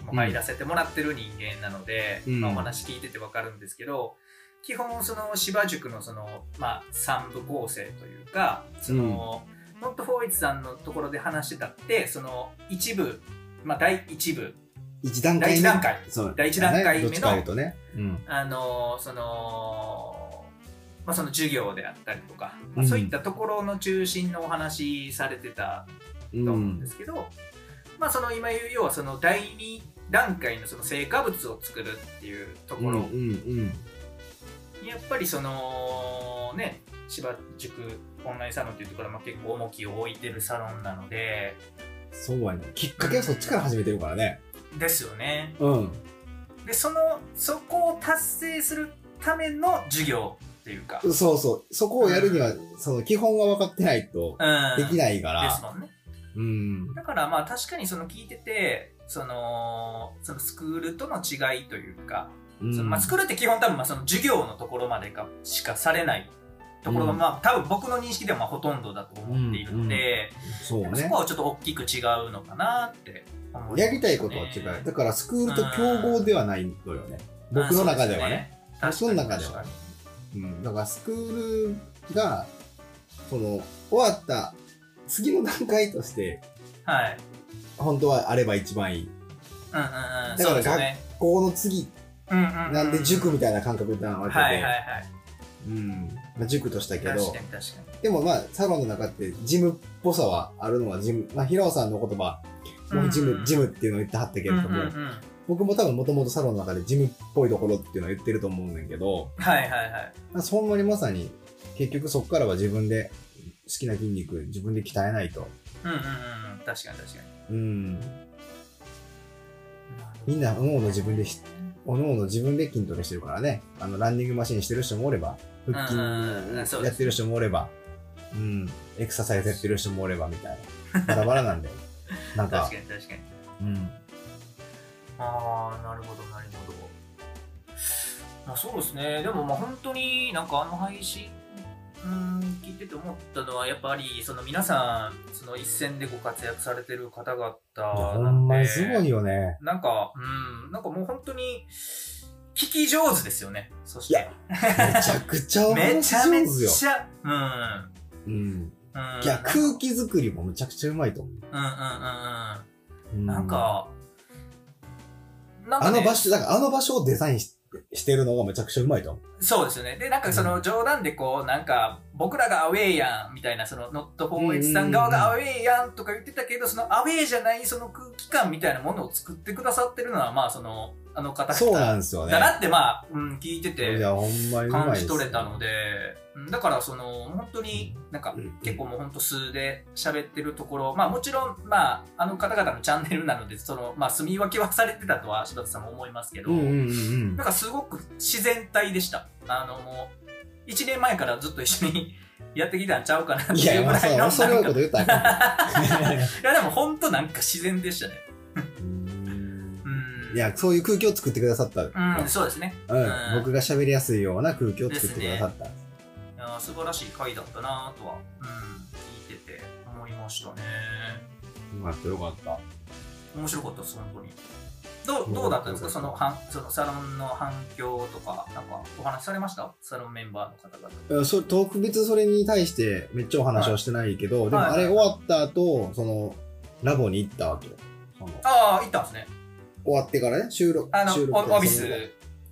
Speaker 2: も入らせてもらってる人間なので、
Speaker 1: うん
Speaker 2: まあ、お話聞いてて分かるんですけど基本その芝塾のその、まあ、3部構成というかその、ノットフォーイツさんのところで話してたってその一部、まあ、第一部
Speaker 1: 一段階
Speaker 2: 第一段階
Speaker 1: そう
Speaker 2: 第一段階目の
Speaker 1: どっちか言うとね。うん。
Speaker 2: あのその,、まあ、その授業であったりとか、
Speaker 1: う
Speaker 2: まあ
Speaker 1: ん
Speaker 2: そういったところの中心のお話されてた
Speaker 1: う
Speaker 2: と思うんで
Speaker 1: ん。
Speaker 2: すけど、まあその今言う要はその第2段階のその成果物を作るっていうと
Speaker 1: うん
Speaker 2: こ
Speaker 1: う
Speaker 2: ろ
Speaker 1: んうん。
Speaker 2: にやっぱりそのね芝塾オンラインサロンっていうところはまあ結構重きを置いてるサロンなので
Speaker 1: そうやね。きっかけはそっちから始めてるからね。
Speaker 2: ですよね
Speaker 1: うん。
Speaker 2: でそのそこを達成するための授業っていうか、
Speaker 1: そうそう。そこをやるには、その基本が分かってないと
Speaker 2: うん、
Speaker 1: でき
Speaker 2: い
Speaker 1: ないか
Speaker 2: です
Speaker 1: ら。
Speaker 2: もんね
Speaker 1: うん。
Speaker 2: だからまあ確かにその聞いててそのそのスクールとの違いというか
Speaker 1: うん
Speaker 2: そのまあ、スクールって基本多分まあその授業のところまでかしかされないところが、
Speaker 1: うん
Speaker 2: まあ多分僕の認識ではまあほとんどだと思っているので、
Speaker 1: そう
Speaker 2: そ
Speaker 1: ね
Speaker 2: こ。はちょっと大きく違うのかなって思いますね
Speaker 1: やりたいことは違う。だからスクールと競合ではないのよね。僕の中ではね。
Speaker 2: あそうですね
Speaker 1: 僕の中では
Speaker 2: 確かに
Speaker 1: うん、だからスクールがその終わった次の段階として
Speaker 2: はい
Speaker 1: 本当はあれば一番いい
Speaker 2: うんうんう
Speaker 1: だから
Speaker 2: んそうですよね
Speaker 1: ここの次
Speaker 2: うんうんう
Speaker 1: なんで塾み
Speaker 2: た
Speaker 1: たいな感覚になわけで、
Speaker 2: はいはいはい
Speaker 1: うんまあ、塾としたけ
Speaker 2: 確
Speaker 1: ど
Speaker 2: かに確かに
Speaker 1: でもまあサロンの中ってジムっぽさはあるのはジム、まあ、平尾さんの言葉もうジム、
Speaker 2: うん
Speaker 1: ジムっていうのを言ってはったけれ
Speaker 2: うんうん
Speaker 1: ども、
Speaker 2: うん
Speaker 1: 僕も多分もともとサロンの中でジムっぽいところっていうのは言ってると思うんだけど、
Speaker 2: はいはいはい
Speaker 1: まあ、そんなにまさに結局そこからは自分で好きな筋肉自分で鍛えないと
Speaker 2: うんうんうんうん確かに確か
Speaker 1: うん、
Speaker 2: に
Speaker 1: みんな各々自分でしおのおの自分で筋トレしてるからねあのランニングマシンしてる人もおれば腹
Speaker 2: う
Speaker 1: 筋
Speaker 2: んそうです
Speaker 1: やってる人もおれば、うん、エクササイズやってる人もおればみたいなバラバラなん <laughs> でなんか
Speaker 2: 確かに確かに
Speaker 1: うん、
Speaker 2: ああなるほどなるほど、まあ、そうですねでもまあ本当になんかあの配信うん聞いてて思ったのはやっぱりその皆さんその一線でご活躍されてる方々
Speaker 1: ほ
Speaker 2: なんん
Speaker 1: ま
Speaker 2: で
Speaker 1: にすごいよね
Speaker 2: なんかうんなんかもう本当に聞き上手ですよねそし
Speaker 1: い
Speaker 2: て
Speaker 1: めちゃくちゃお
Speaker 2: め
Speaker 1: <laughs> 話
Speaker 2: ち
Speaker 1: し
Speaker 2: ゃめ
Speaker 1: 上手よ、
Speaker 2: ちゃうん
Speaker 1: うん、
Speaker 2: うん
Speaker 1: いや空気作りもめちゃくちゃうまいと思う
Speaker 2: うんうんうんうん
Speaker 1: うん
Speaker 2: なんか、なん
Speaker 1: あ
Speaker 2: かね
Speaker 1: の場所だからあの場所をデザインししてるのがめちゃくちゃうまいと思う
Speaker 2: そうですよね。で、なんかその冗談でこう、なんか、僕らがアウェーやん、みたいな、その、ノットフォーエッツさん側がアウェーやんとか言ってたけど、そのアウェーじゃないその空気感みたいなものを作ってくださってるのは、まあ、その、あの方
Speaker 1: そう
Speaker 2: 々
Speaker 1: なんですよね
Speaker 2: だなって、まあ、うん、聞いて
Speaker 1: い
Speaker 2: て、
Speaker 1: やほんまにうまい
Speaker 2: 感
Speaker 1: です
Speaker 2: じ取れたので、うんだからその、本当になんか
Speaker 1: う、ん
Speaker 2: 結構もうほんと数で喋ってるところ、まあもちろん、まあ、あの方々のチャンネルなので、その、まあ、住み分けはされてたとは、柴田さんも思いますけど、
Speaker 1: うんうんうん
Speaker 2: なんかすごく自然体でした。あの、もう、1年前からずっと一緒に <laughs> やってきたんちゃうかなって <laughs>
Speaker 1: うん。い
Speaker 2: い
Speaker 1: や、
Speaker 2: うぐ
Speaker 1: まあ、
Speaker 2: らいの。
Speaker 1: そう、恐れ多いこと
Speaker 2: なん
Speaker 1: 言
Speaker 2: か
Speaker 1: ったらあか <laughs> ん
Speaker 2: いや、でも本当なんか自然でしたね。
Speaker 1: うん
Speaker 2: うん。
Speaker 1: いや、そういう空気を作ってくださった。うん
Speaker 2: うん、そうですね。うん
Speaker 1: 僕が喋りやすいような空気を作ってくださった。
Speaker 2: いや素晴らしい回だったなとは、うん、聞いてて思いましたね。
Speaker 1: よかった、よかった。
Speaker 2: 面白かったです、本当に。どう、どうだったんですかその、はんそのサロンの反響とか、なんかお話しされましたサロンメンバーの方々。
Speaker 1: うんそれ特別それに対してめっちゃお話をしてないけど、
Speaker 2: い
Speaker 1: でも
Speaker 2: はい
Speaker 1: あれ終わった後、その、ラボに行ったわけよ。その
Speaker 2: ああ、行ったんですね。
Speaker 1: 終わってからね、収録、
Speaker 2: あの、
Speaker 1: 収録
Speaker 2: オオフィス。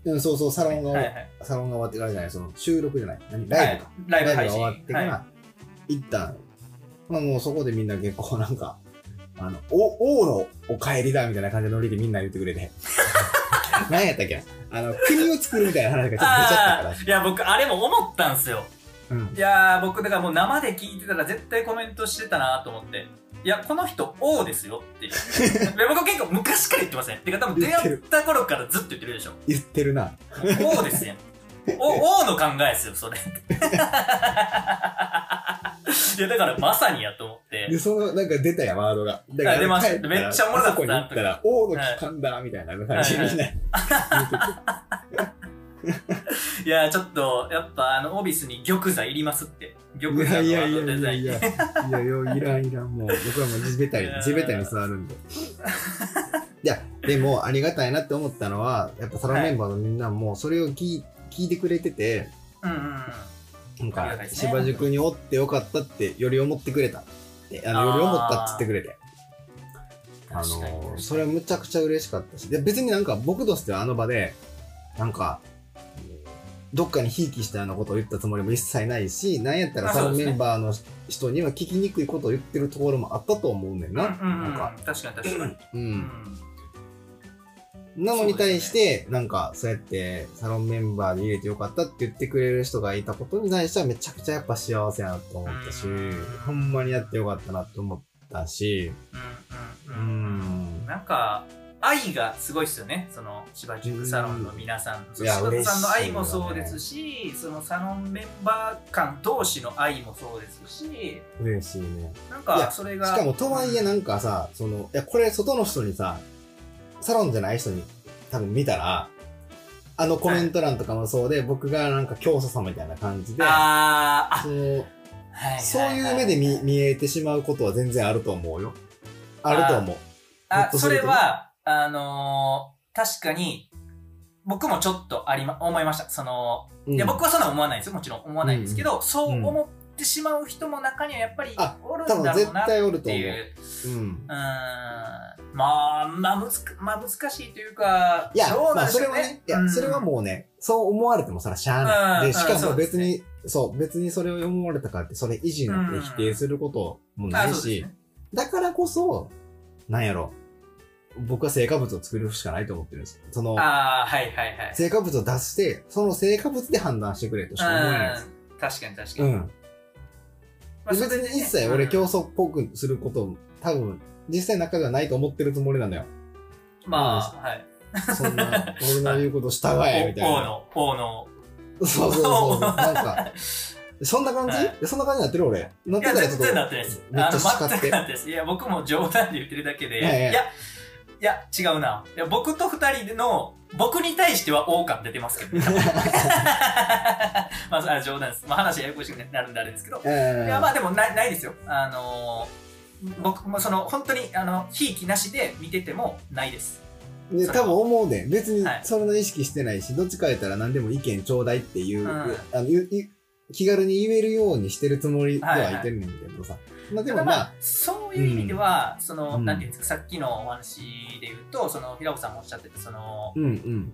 Speaker 1: うん、そうそう、サロンが、
Speaker 2: はいはい。
Speaker 1: サロンが終わってからじゃない、その収録じゃない、何ライブか。
Speaker 2: はいライブ
Speaker 1: ライブ
Speaker 2: 配
Speaker 1: が
Speaker 2: 信。
Speaker 1: 終わってか
Speaker 2: はい
Speaker 1: ら、一旦、まあもうそこでみんな結構なんか、あの、お、王のお帰りだみたいな感じのノリでみんな言ってくれ
Speaker 2: <laughs>
Speaker 1: て。何やったっけなあの、国を作るみたいな話がちょっと出ちゃった
Speaker 2: あ
Speaker 1: か
Speaker 2: あいや僕あれも思ったんすよ
Speaker 1: ら。うん。
Speaker 2: いやー僕だからもう生で聞いてたら絶対コメントしてたなと思っていや、この人、王ですよ
Speaker 1: <laughs>
Speaker 2: って。いや僕結構昔から言ってません。てか、多分出会った頃からずっと言ってるでしょ。
Speaker 1: 言ってるな。
Speaker 2: 王で
Speaker 1: <laughs>
Speaker 2: すよ。お王の考えですよ、それ。 <laughs> いや、だからまさにやと思って。
Speaker 1: で、その、なんか出たやん、ワードが。だから
Speaker 2: あ出ました
Speaker 1: 帰たら
Speaker 2: めっちゃおもろかった
Speaker 1: あそこに行ったら、王の帰還だ、みたいな感じに
Speaker 2: はい
Speaker 1: みんな。言ってて
Speaker 2: いや、ちょっと、やっぱ、あの、オビスに玉座いりますって。玉座
Speaker 1: い
Speaker 2: の
Speaker 1: や
Speaker 2: ワ
Speaker 1: い
Speaker 2: ー
Speaker 1: や
Speaker 2: ド
Speaker 1: い
Speaker 2: デザ
Speaker 1: や
Speaker 2: イン
Speaker 1: い。や、いやいや、いらんいらん、もう、僕はもう地べたり、地べたに座るんで。いや、でも、ありがたいなって思ったのは、やっぱサロンメンバーのみんなも、それを聞い聞いてくれてて、
Speaker 2: うんうんうん。
Speaker 1: なん
Speaker 2: ありが
Speaker 1: か
Speaker 2: たい、ですね
Speaker 1: 芝塾におってよかったって、より思ってくれた。であの
Speaker 2: あー
Speaker 1: より思ったって言ってくれて。あ
Speaker 2: 確かに
Speaker 1: のそれはむちゃくちゃ嬉しかったし、で別になんか僕としてはあの場で、なんか、どっかにひいきしたようなことを言ったつもりも一切ないし、なんやったら
Speaker 2: あ
Speaker 1: サ
Speaker 2: そう
Speaker 1: ロン
Speaker 2: ですね
Speaker 1: メンバーの人には聞きにくいことを言ってるところもあったと思うねんな。
Speaker 2: うんうんう
Speaker 1: なん
Speaker 2: ん
Speaker 1: か、
Speaker 2: 確かに確かに。
Speaker 1: う。
Speaker 2: うんん
Speaker 1: なのに対して、なんかそうやってサロンメンバーで入れてよかったって言ってくれる人がいたことに対してはめちゃくちゃやっぱ幸せやなと思ったし
Speaker 2: うん、
Speaker 1: ほんまにやってよかったなって思ったし、
Speaker 2: う
Speaker 1: うん
Speaker 2: うんうん。
Speaker 1: ん。
Speaker 2: なんか、愛がすごいですよね、その芝塾サロンの皆さん。
Speaker 1: うん
Speaker 2: そ
Speaker 1: いうや
Speaker 2: 柴田さんの愛も
Speaker 1: 嬉しいよね
Speaker 2: そうですし、そのサロンメンバー間同士の愛もそうですし、
Speaker 1: 嬉しいね。
Speaker 2: なん
Speaker 1: い
Speaker 2: か
Speaker 1: や
Speaker 2: それが。
Speaker 1: しかもとはいえ
Speaker 2: うん
Speaker 1: なんかさ、その、いや、これ外の人にさ、サロンじゃない人に多分見たら、あのコメント欄とかもそうで、僕がなんか教祖様みたいな感じで、
Speaker 2: あー
Speaker 1: その
Speaker 2: あ、はいはいはい
Speaker 1: そういう目で見見えてしまうことは全然あると思うよ。あると思う。ほ
Speaker 2: あ
Speaker 1: っ、とす
Speaker 2: そ
Speaker 1: る
Speaker 2: れ
Speaker 1: けど
Speaker 2: は、あのー確かに、僕もちょっとありま、思いました。その、いや、
Speaker 1: うん
Speaker 2: 僕はそんな思わないですよ。もちろん思わないんですけど、そう思ってしまう人も中にはやっぱり
Speaker 1: あ
Speaker 2: おるん
Speaker 1: 多
Speaker 2: だ
Speaker 1: 分
Speaker 2: ろう
Speaker 1: 絶
Speaker 2: なっ
Speaker 1: 対おると
Speaker 2: て
Speaker 1: 思。
Speaker 2: いうう。
Speaker 1: うん
Speaker 2: う。ーんまあ、まあ、むずかまあ、難しいというか、
Speaker 1: いや、
Speaker 2: どう
Speaker 1: ま
Speaker 2: なん
Speaker 1: あ
Speaker 2: で
Speaker 1: そ
Speaker 2: し
Speaker 1: れ
Speaker 2: ょう
Speaker 1: は
Speaker 2: ね
Speaker 1: ね、。いや、それはもうね、そう思われてもそれはしゃあない。
Speaker 2: う
Speaker 1: で、
Speaker 2: ん
Speaker 1: しか
Speaker 2: うんそ
Speaker 1: も
Speaker 2: うです
Speaker 1: 別
Speaker 2: ね
Speaker 1: に、そう、別にそれを思われたからって、それ維持なんて否定することも
Speaker 2: うん、
Speaker 1: ない
Speaker 2: あそうで
Speaker 1: し
Speaker 2: す、ね
Speaker 1: だからこそ、なんやろ。僕は成果物を作るしかないと思ってるんです。その、
Speaker 2: あーはいはいはい。
Speaker 1: 成果物を出して、その成果物で判断してくれとしか思えないんです。
Speaker 2: うん確かに確か
Speaker 1: う
Speaker 2: に。
Speaker 1: ん。
Speaker 2: まあ
Speaker 1: で別に一切俺競
Speaker 2: 日、
Speaker 1: 争っぽくすることも、多分、実際の中ではないと思ってるつもりなのよ。
Speaker 2: うんまあ、はい。
Speaker 1: そんな、
Speaker 2: <laughs>
Speaker 1: 俺の言うこと従え、みたい
Speaker 2: 王
Speaker 1: な。
Speaker 2: の、王の。
Speaker 1: そうそうそう。なんか、
Speaker 2: い
Speaker 1: そんな感じ、
Speaker 2: はい
Speaker 1: そんな感じになってる俺。なって
Speaker 2: や、
Speaker 1: たらちょ
Speaker 2: 全
Speaker 1: っと。
Speaker 2: 然なってないです。
Speaker 1: めっちゃ
Speaker 2: あの
Speaker 1: 叱
Speaker 2: 全
Speaker 1: っ
Speaker 2: く
Speaker 1: て
Speaker 2: なってないです。いや、僕も冗談で言ってるだけで、
Speaker 1: い
Speaker 2: い
Speaker 1: やい
Speaker 2: や
Speaker 1: や
Speaker 2: いや、違うな。いや、僕と二人の、僕に対しては王感出てますけどね。まあ、それは冗談です。まあ、話ややこしくなるんであれですけど。
Speaker 1: え
Speaker 2: いやまあでもないないですよ。あのー僕もその本当にあのひいきなしで見ててもないです。
Speaker 1: で多分思うねん別に
Speaker 2: はい
Speaker 1: そんな意識してないし、どっちか言ったら何でも意見ちょうだいっていう、
Speaker 2: うん
Speaker 1: あのゆゆ気軽に言えるようにしてるつもりではいてるねんけどさ、まあで
Speaker 2: た
Speaker 1: も
Speaker 2: だ
Speaker 1: ま
Speaker 2: ま
Speaker 1: あ
Speaker 2: あそういう意味では、その
Speaker 1: うん
Speaker 2: なんていうんですかさっきのお話で言うとその平尾さんもおっしゃってたその
Speaker 1: うんうん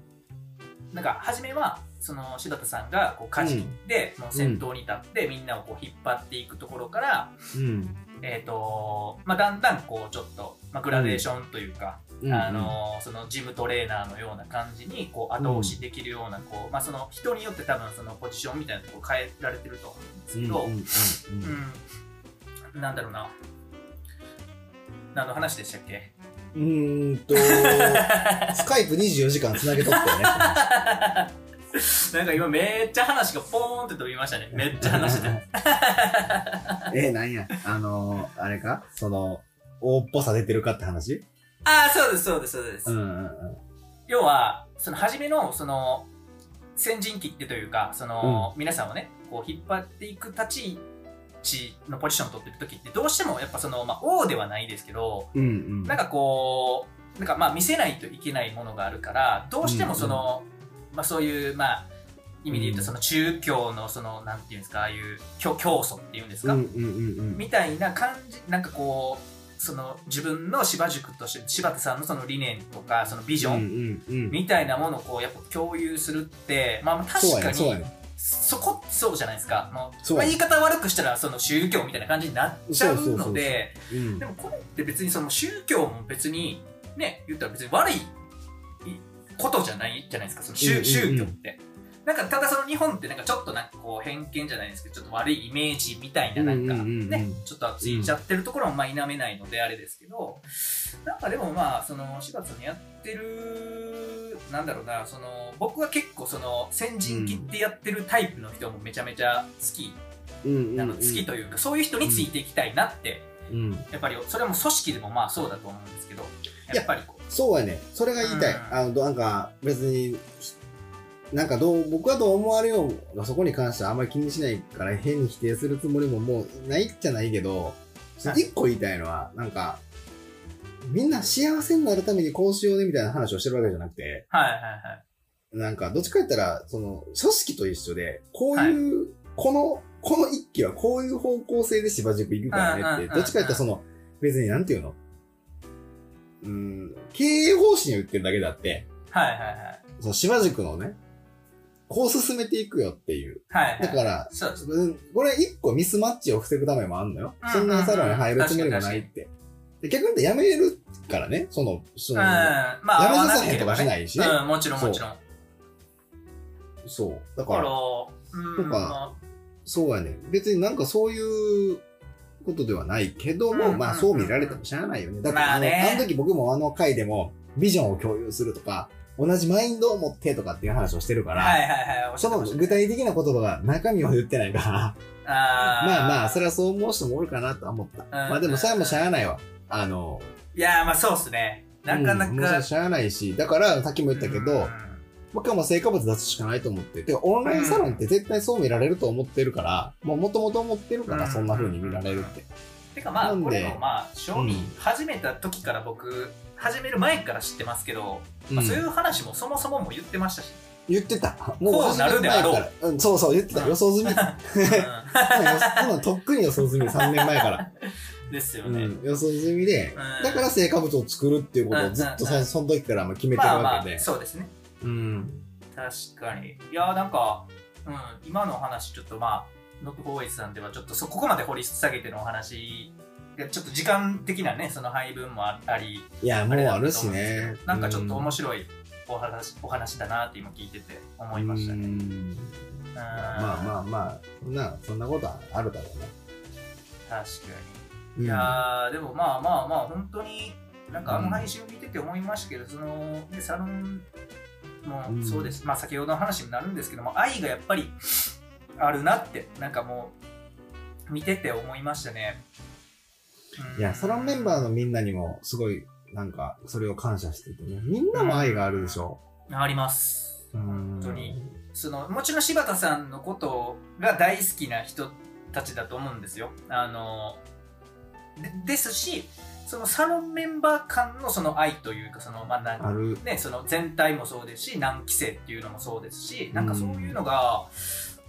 Speaker 2: なんか初めはその柴田さんがこう舵切って、その先頭に立ってみんなをこう引っ張っていくところから、
Speaker 1: うん
Speaker 2: えっ、とまあだんだんこうちょっと、まあ、グラデーションというか、
Speaker 1: うん
Speaker 2: あのそのジムトレーナーのような感じにこう後押しできるようなこう、まあ、その人によって多分そのポジションみたいなところ変えられてると思うんです
Speaker 1: うん
Speaker 2: け
Speaker 1: うん
Speaker 2: ど、
Speaker 1: うんうん
Speaker 2: うんなんだろうな何の話でしたっ
Speaker 1: <laughs>
Speaker 2: け
Speaker 1: うーん
Speaker 2: <laughs>
Speaker 1: とスカイプ24時間つなげとったよね
Speaker 2: なんか今めっちゃ話がポーンって飛びましたねめっちゃ話して
Speaker 1: <laughs>
Speaker 2: た
Speaker 1: えなんやあのあれかその大っぽさ出てるかって話
Speaker 2: ああそうですそうですそうです、
Speaker 1: うんうんうん
Speaker 2: 要はその初めのその先陣切ってというかその、皆さんをねこう引っ張っていく立ち位置のポジションを取っていく時ってどうしてもやっぱその、まあ、王ではないですけど
Speaker 1: うんうん
Speaker 2: なんかこうなんかまあ見せないといけないものがあるからどうしてもその、まあ、そういうまあ意味で言うと
Speaker 1: うん
Speaker 2: その中教のそのなんていうんですかああいう教教祖っていうんですか、
Speaker 1: うんうんうんうん
Speaker 2: みたいな感じなんかこうその自分の芝塾として柴田さんのその理念とかそのビジョン、
Speaker 1: うんうんうん
Speaker 2: みたいなものをこうやっぱ共有するって、まあ、まあ
Speaker 1: そうや
Speaker 2: 確か
Speaker 1: ねそうや
Speaker 2: に
Speaker 1: ね
Speaker 2: そこそうじゃないですかもう
Speaker 1: そう
Speaker 2: まあ、言い方悪くしたらその宗教みたいな感じになっちゃ
Speaker 1: そうそううそうそ
Speaker 2: の
Speaker 1: う
Speaker 2: で
Speaker 1: うん
Speaker 2: でもこれって別にその宗教も別にね言ったら別に悪いことじゃないじゃないですかその
Speaker 1: う
Speaker 2: 宗,、
Speaker 1: んうんうん
Speaker 2: 宗教って。なんかただその日本ってなんかちょっとなんかこう偏見じゃないですけどちょっと悪いイメージみたいななんか
Speaker 1: うんうんうんうん
Speaker 2: ねちょっとついちゃってるところもまあ否めないのであれですけどなんかでもまあその4月にやってるなんだろうなその僕は結構その先陣切ってやってるタイプの人もめちゃめちゃ好き
Speaker 1: うんうんうん
Speaker 2: なの好きというかそういう人についていきたいなって
Speaker 1: うん
Speaker 2: やっぱりそれも組織でもまあそうだと思うんですけどやっぱりこう
Speaker 1: そうやね。それが言いたい。
Speaker 2: うん
Speaker 1: あの、どなんか、別に、なんかどう、僕はどう思われようがそこに関してはあんまり気にしないから変に否定するつもりももうないっちゃないけど、
Speaker 2: はい
Speaker 1: 一個言いたいのは、なんか、みんな幸せになるためにこうしようねみたいな話をしてるわけじゃなくて、
Speaker 2: はいはいはい
Speaker 1: なんか、どっちか言ったら、その、組織と一緒で、こういう、この、この一期はこういう方向性で芝塾行くからねっ
Speaker 2: うんうんうんう
Speaker 1: て、
Speaker 2: ん
Speaker 1: どっちか言ったらその、別になんていうのうーん、経営方針を言ってるだけだって、
Speaker 2: はいはいはい
Speaker 1: その芝塾のね、こう進めていくよっていう。
Speaker 2: はいはい
Speaker 1: だから、
Speaker 2: そうです
Speaker 1: うんこれ一個ミスマッチを防ぐためもあんのよ
Speaker 2: うん。
Speaker 1: そんなサロンに入るつもりもないって。で逆に言うとやめるからね、その、そ
Speaker 2: うん
Speaker 1: の、
Speaker 2: まあ
Speaker 1: やめ
Speaker 2: 合わ
Speaker 1: さ
Speaker 2: な
Speaker 1: せ
Speaker 2: け
Speaker 1: へん
Speaker 2: れ
Speaker 1: と
Speaker 2: ば
Speaker 1: かし
Speaker 2: ね
Speaker 1: ないしね。
Speaker 2: うんもちろんもちろん
Speaker 1: そう。だ
Speaker 2: だ
Speaker 1: か
Speaker 2: からら、、うん、
Speaker 1: とかそうやね。別になんかそういうことではないけども、
Speaker 2: うん
Speaker 1: まあそう見られてもしゃあないよね。だから、
Speaker 2: まあね
Speaker 1: あの時僕もあの回でもビジョンを共有するとか、同じマインドを持ってとかっていう話をしてるから、
Speaker 2: はいはいはい。
Speaker 1: その具体的な言葉が中身を言ってないから、
Speaker 2: あー
Speaker 1: まあまあ、それはそう思う人もおるかなとは思った。まあでもそれはもうしゃあないわ。あの、
Speaker 2: いやーまあそうっすね。なかな
Speaker 1: うんもうそれは
Speaker 2: か。
Speaker 1: しゃあないし、だからさっきも言ったけ
Speaker 2: うん
Speaker 1: ど、僕はもう成果物出すしかないと思って。てかオンラインサロンって絶対そう見られると思ってるから、もう元々思ってるから、
Speaker 2: うん
Speaker 1: そんな風に見られるって。
Speaker 2: てかまあ、
Speaker 1: なんで
Speaker 2: これもまあ、正
Speaker 1: う
Speaker 2: 味
Speaker 1: ん、
Speaker 2: 始めた時から僕、始める前から知ってますけど、
Speaker 1: うん
Speaker 2: まあそういう話もそもそもも言ってましたし。
Speaker 1: <laughs> 言ってた。
Speaker 2: こうなるであろ
Speaker 1: 始める前
Speaker 2: う
Speaker 1: から。うん、そうそう、言ってた。予想
Speaker 2: <laughs>
Speaker 1: 済み。
Speaker 2: う
Speaker 1: もうとっくに予想済み、3年前から。
Speaker 2: ん <laughs> ですよ
Speaker 1: う
Speaker 2: ね。
Speaker 1: ん、予想済みで、
Speaker 2: うん
Speaker 1: だから成果物を作るっていうことをずっと
Speaker 2: うんうん
Speaker 1: さ
Speaker 2: うん
Speaker 1: その時からまあ決めてる
Speaker 2: まあ
Speaker 1: わ
Speaker 2: ま
Speaker 1: けで
Speaker 2: あ、。そうですね。
Speaker 1: うん。
Speaker 2: 確かに。いやーなんか、うん、今のお話、ちょっとまあ、ノックホーイズさんでは、ちょっとそこまで掘り下げてのお話、でちょっと時間的なね、その配分もああり、
Speaker 1: いや、も
Speaker 2: あ
Speaker 1: う
Speaker 2: れ
Speaker 1: あ
Speaker 2: だ
Speaker 1: る
Speaker 2: と
Speaker 1: し
Speaker 2: 思うんですけど
Speaker 1: ね。
Speaker 2: なんかちょっと面
Speaker 1: 白
Speaker 2: 白いお話お話だなって今聞いてて思いましたね。
Speaker 1: ま
Speaker 2: ま
Speaker 1: あまあまあ、そんな、そんなことはあるだろうね。
Speaker 2: あ。確か
Speaker 1: うん
Speaker 2: に。いやーでもまあまあまあ、本当に、なんかあの配信を見てて思いましたけど、その、ね、サロン
Speaker 1: う
Speaker 2: も
Speaker 1: ん
Speaker 2: そうです、まあ先ほどの話にもなるんですけども、愛がやっぱりあるなって、なんかもう、見てて思いましたね。うん
Speaker 1: いや、サロンメンバーのみんなにも、すごい、なんか、それを感謝しててね。みんなも愛があるでしょ。
Speaker 2: あります。
Speaker 1: 本
Speaker 2: 当に。そのもちろん柴田さんのことが大好きな人たちだと思うんですよ。あのでですしそのサロンメンバー間のその愛というかその、まあなんか
Speaker 1: ある。
Speaker 2: ね、その全体もそうですし何期生っていうのもそうですしなんかそういうのが、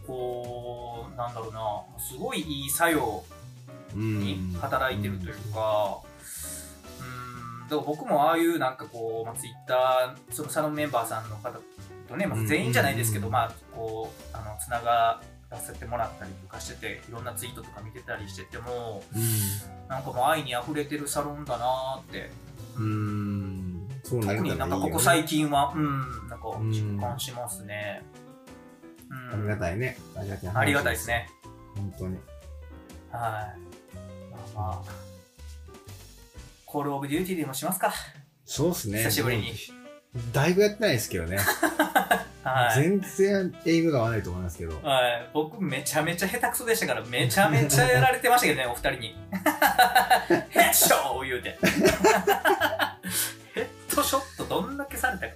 Speaker 2: こうなんだろうなすごいいい作用に働いてるというか。うんだから僕もああいうなんかこう、まあ、ツイッターそのサロンメンバーさんの方とね、まあ
Speaker 1: うん
Speaker 2: 全員じゃないですけど、
Speaker 1: うん
Speaker 2: まあこうあのつながらせてもらったりとかしてていろんなツイートとか見てたりしてても
Speaker 1: うん。
Speaker 2: なんかもう愛にあふれてるサロンだなーって
Speaker 1: うん。そうな
Speaker 2: 特
Speaker 1: る
Speaker 2: になんかここ最近はうんなんか実感しますね、
Speaker 1: あ
Speaker 2: う
Speaker 1: りが
Speaker 2: ん、
Speaker 1: たいね。ありがたい。
Speaker 2: ありがたいです。ね
Speaker 1: 本当に。
Speaker 2: はいまあまあコールオブデューティーでもしますか
Speaker 1: そうっすね。
Speaker 2: 久しぶりに。
Speaker 1: だいぶやってないですけどね。
Speaker 2: はい
Speaker 1: 全然英語が合わないと思いますけど。
Speaker 2: はい、僕めちゃめちゃ下手くそでしたからめちゃめちゃやられてましたけどね <laughs> お二人にヘッドショー言うて <laughs> ヘッドショットどんだけされ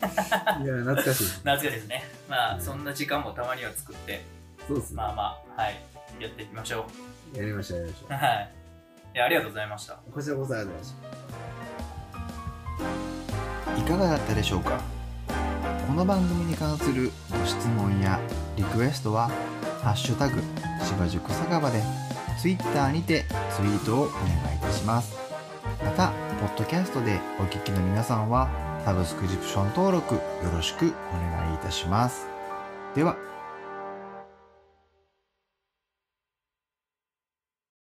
Speaker 2: たか
Speaker 1: いや、懐かしい。
Speaker 2: 懐かしいですねまあそんな時間もたまには作って
Speaker 1: そうっすね。
Speaker 2: まあまあはいやっていきましょ
Speaker 1: やりました、やりまし
Speaker 2: う
Speaker 1: た。
Speaker 2: はいいやありがとうございました
Speaker 1: こちらこそありがとうございました。
Speaker 3: いかがだったでしょうかこの番組に関するご質問やリクエストは「ハッシュタグ芝塾酒場」で Twitter にてツイートをお願いいたしますまたポッドキャストでお聞きの皆さんはサブスクリプション登録よろしくお願いいたしますでは